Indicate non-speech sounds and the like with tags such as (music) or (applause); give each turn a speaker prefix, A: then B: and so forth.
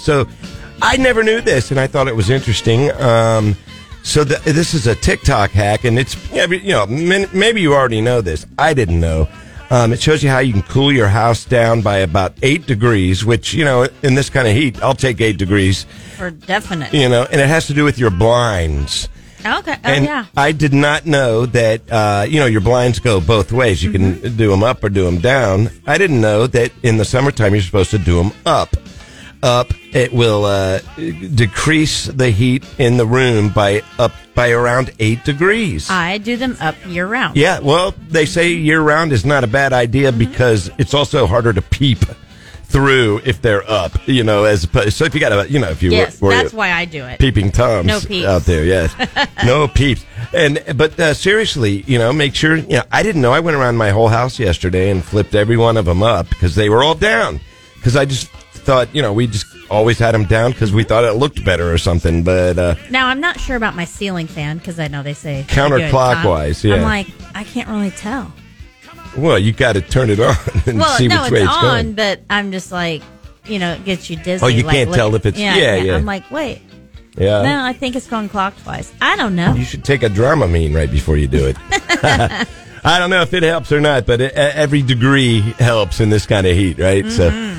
A: So I never knew this, and I thought it was interesting. Um, so the, this is a TikTok hack, and it's yeah, but, you know min- maybe you already know this. I didn't know. Um, it shows you how you can cool your house down by about eight degrees, which you know in this kind of heat, I'll take eight degrees.
B: for definite.
A: You know, and it has to do with your blinds.
B: Okay. Oh
A: and
B: yeah.
A: I did not know that, uh, you know, your blinds go both ways. You
B: Mm-hmm.
A: can do them up or do them down. I didn't know that in the summertime you're supposed to do them up. Up, it will uh, decrease the heat in the room by up by around eight degrees.
B: I do them up year round.
A: yeah, well, they say year round is not a bad
B: Mm-hmm.
A: idea because it's also harder to peep through if they're up. You know, as opposed, so if you got a, you know, if you
B: Yes,
A: were- were-
B: that's why I do it.
A: peeping toms
B: No peeps.
A: out there. Yes,
B: (laughs)
A: no peeps. And but uh, seriously, you know, make sure. You know, I didn't know. I went around my whole house yesterday and flipped every one of them up because they were all down. Because I just thought, you know, we just always had them down because we thought it looked better or something. But uh,
B: Now I'm not sure about my ceiling fan because I know they say I do it
A: Counterclockwise,
B: up.
A: yeah.
B: I'm like I can't really tell.
A: well, you got to turn it (laughs) on and
B: Well,
A: see
B: no,
A: which
B: it's
A: way it's
B: on,
A: going.
B: but I'm just like you know it gets you dizzy.
A: Oh, you
B: like,
A: can't
B: look-
A: tell if it's- yeah, yeah.
B: I'm like wait,
A: Yeah.
B: no, I think it's going clockwise. I don't know.
A: You should take a Dramamine right before you
B: (laughs)
A: do it. (laughs) uh,
B: Mm-hmm.
A: I don't know if it helps or not, but it, e- every degree helps in this kind of heat, right? So